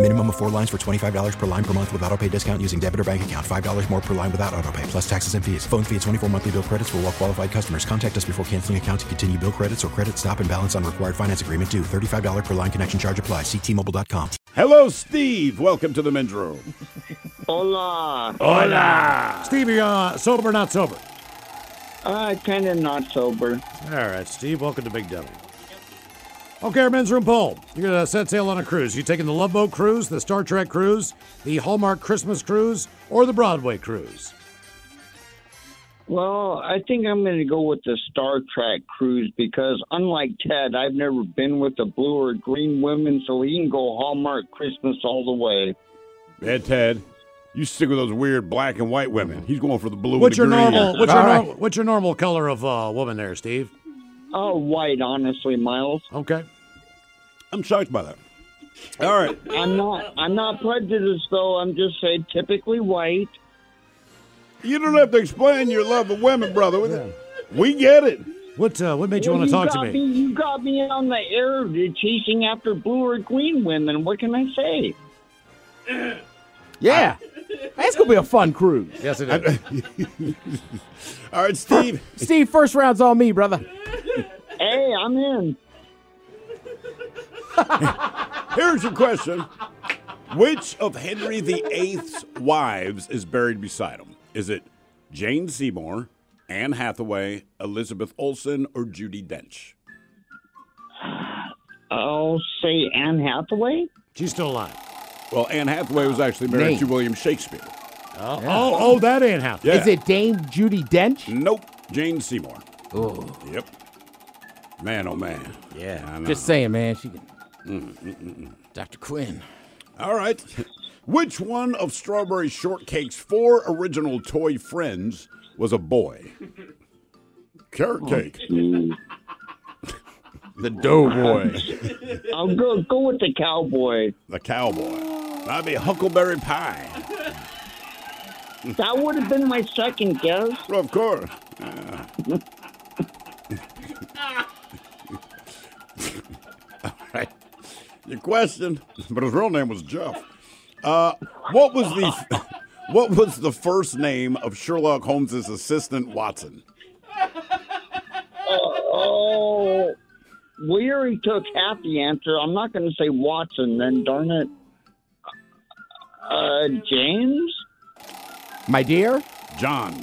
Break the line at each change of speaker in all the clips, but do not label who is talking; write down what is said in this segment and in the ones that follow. Minimum of four lines for $25 per line per month with auto pay discount using debit or bank account. $5 more per line without auto pay, plus taxes and fees. Phone fee at 24 monthly bill credits for all well qualified customers. Contact us before canceling account to continue bill credits or credit stop and balance on required finance agreement due. $35 per line connection charge apply. Ctmobile.com.
Hello, Steve. Welcome to the men's room.
Hola.
Hola. Steve, are you uh, sober or not sober?
Uh, kind of not sober.
All right, Steve. Welcome to Big Dummy. Okay, our men's room poll. You're going to set sail on a cruise. You taking the Love Boat cruise, the Star Trek cruise, the Hallmark Christmas cruise, or the Broadway cruise?
Well, I think I'm going to go with the Star Trek cruise because, unlike Ted, I've never been with a blue or green woman, so he can go Hallmark Christmas all the way.
Yeah, Ted, you stick with those weird black and white women. He's going for the blue.
What's your
and the green.
normal? What's
All
your,
right.
normal, what's your normal color of uh, woman there, Steve?
Oh, white, honestly, Miles.
Okay.
I'm shocked by that. All right.
I'm not. I'm not prejudiced, though. I'm just saying, typically white.
You don't have to explain your love of women, brother. We get it.
What uh, what made you
Well,
want to talk to
got
me?
You got me on the air chasing after blue or green women. What can I say?
Yeah. That's going to be a fun cruise.
Yes, it is.
All right, Steve.
Steve, first round's on me, brother.
Hey, I'm in.
Here's your question. Which of Henry VIII's wives is buried beside him? Is it Jane Seymour, Anne Hathaway, Elizabeth Olsen, or Judy Dench?
I'll say Anne Hathaway.
She's still alive.
Well, Anne Hathaway was actually married to William Shakespeare.
Oh, oh, oh, that ain't happening.
Yeah.
Is it Dame Judy Dench?
Nope. Jane Seymour. Oh. Yep. Man, oh man. Yeah. I know.
Just saying, man. She can.
Mm,
Dr. Quinn.
All right. Which one of Strawberry Shortcake's four original toy friends was a boy? Carrot Cake, the Doughboy,
I'll go go with the cowboy.
the Cowboy. That'd be Huckleberry Pie.
That would have been my second guess.
Well, of course. All right. Your question, but his real name was Jeff. Uh, what was the what was the first name of Sherlock Holmes's assistant Watson?
Oh, we already took half the answer. I'm not going to say Watson. Then darn it, uh, James.
My dear?
John.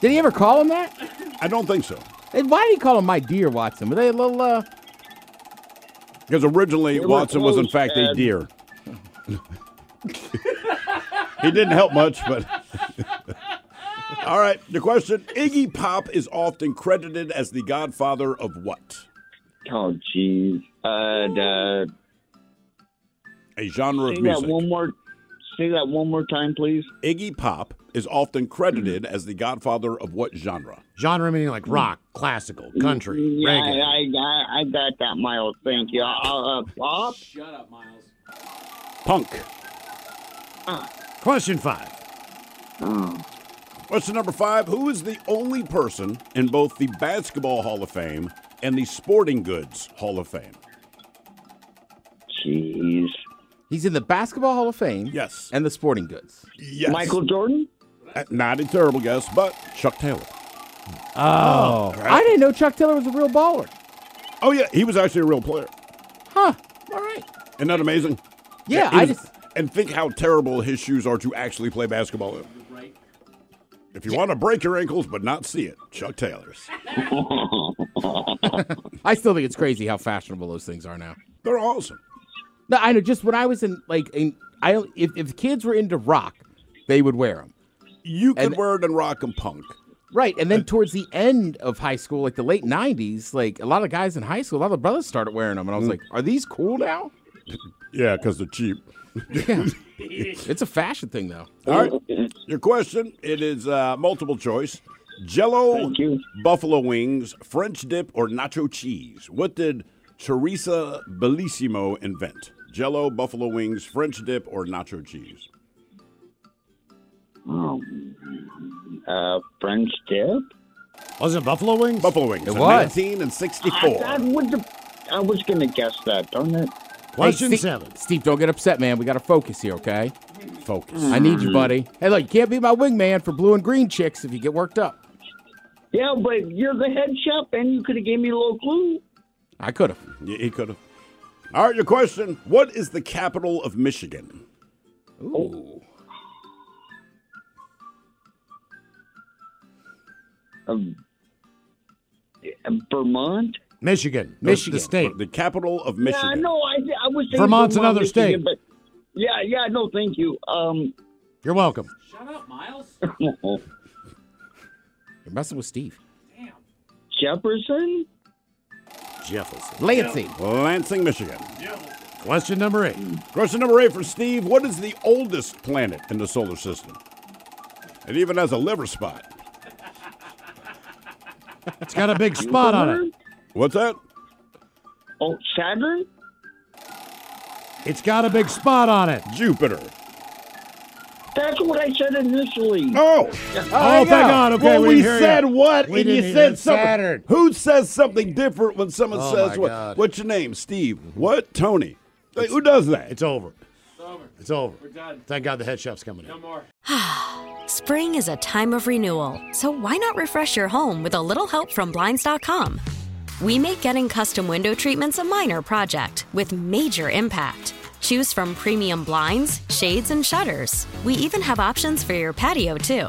Did he ever call him that?
I don't think so.
And why did he call him my dear Watson? Were they a little, uh,
Because originally
were
Watson was in
close,
fact a
Ed.
deer. he didn't help much, but all right. The question: Iggy Pop is often credited as the godfather of what?
Oh, jeez. Uh,
A genre
say
of
that
music.
one more. Say that one more time, please.
Iggy Pop is often credited as the godfather of what genre?
Genre meaning like rock, classical, country,
Mm, Yeah,
reggae.
I, I, I got that, Miles. Thank you. Uh, uh, Bob?
Punk.
Question five.
Question number five: Who is the only person in both the Basketball Hall of Fame and the Sporting Goods Hall of Fame?
Jeez.
he's in the Basketball Hall of Fame.
Yes.
And the sporting goods.
Yes.
Michael Jordan?
Uh, Not a terrible guess, but Chuck Taylor.
Oh. I didn't know Chuck Taylor was a real baller.
Oh yeah, he was actually a real player.
Huh. All right.
Isn't that amazing?
Yeah,
he
I
was-
just.
and think how terrible his shoes are to actually play basketball in. If you want to break your ankles but not see it, Chuck Taylor's.
I still think it's crazy how fashionable those things are now.
They're awesome.
No, I know. Just when I was in, like, in, I if if kids were into rock, they would wear them.
You could
And-
wear it in rock and punk.
Right, and then towards the end of high school, like the late '90s, like a lot of guys in high school, a lot of brothers started wearing them, and I was like, "Are these cool now?"
Yeah, because they're cheap.
Yeah, it's a fashion thing though.
All right. Your question. It is uh, multiple choice. Jello, buffalo wings, French dip, or nacho cheese. What did Teresa Bellissimo invent? Jello, buffalo wings, French dip, or nacho cheese?
Oh. Uh, French dip?
Was it buffalo wings?
Buffalo wings.
It
in
was.
1964.
I, I would have- I was going to guess that, darn it.
Question
Steve,
seven.
Steve, don't get upset, man. We got to focus here, okay?
Focus.
I need you,
Mm.
buddy. Hey, look, you can't be my wingman for blue and green chicks if you get worked up.
Yeah, but you're the head chef, and you could have gave me a little clue.
I could have.
Yeah, he could have. All right, your question. What is the capital of Michigan?
Um, uh, Vermont?
Michigan. The-
Michigan.
The state.
The capital of Michigan.
Yeah, no, I, I was thinking
Vermont's
Vermont,
another
Michigan,
state.
But yeah, yeah, no, thank you. Um,
You're welcome.
You're messing with Steve.
Jefferson?
Jefferson.
Lansing.
Lansing, Michigan.
Question number eight.
Question number eight for Steve. What is the oldest planet in the solar system? It even has a liver spot.
It's got a big spot on it.
What's that?
Oh, Saturn?
It's got a big spot on it.
Jupiter.
That's what I said initially.
Oh,
Oh, thank God. Okay,
well,
we
we,
didn't hear
said
ya.
what,
We
and you
didn't hear ya.
said something.
Saturn.
Who says something different when someone
Oh,
says
my
what?
God.
What's your name, Steve? What, Tony? Like, who does that?
It's over. It's over. We're done. Thank God the head chef's coming in.
Spring is a time of renewal, so why not refresh your home with a little help from Blinds.com? We make getting custom window treatments a minor project with major impact. Choose from premium blinds, shades, and shutters. We even have options for your patio, too.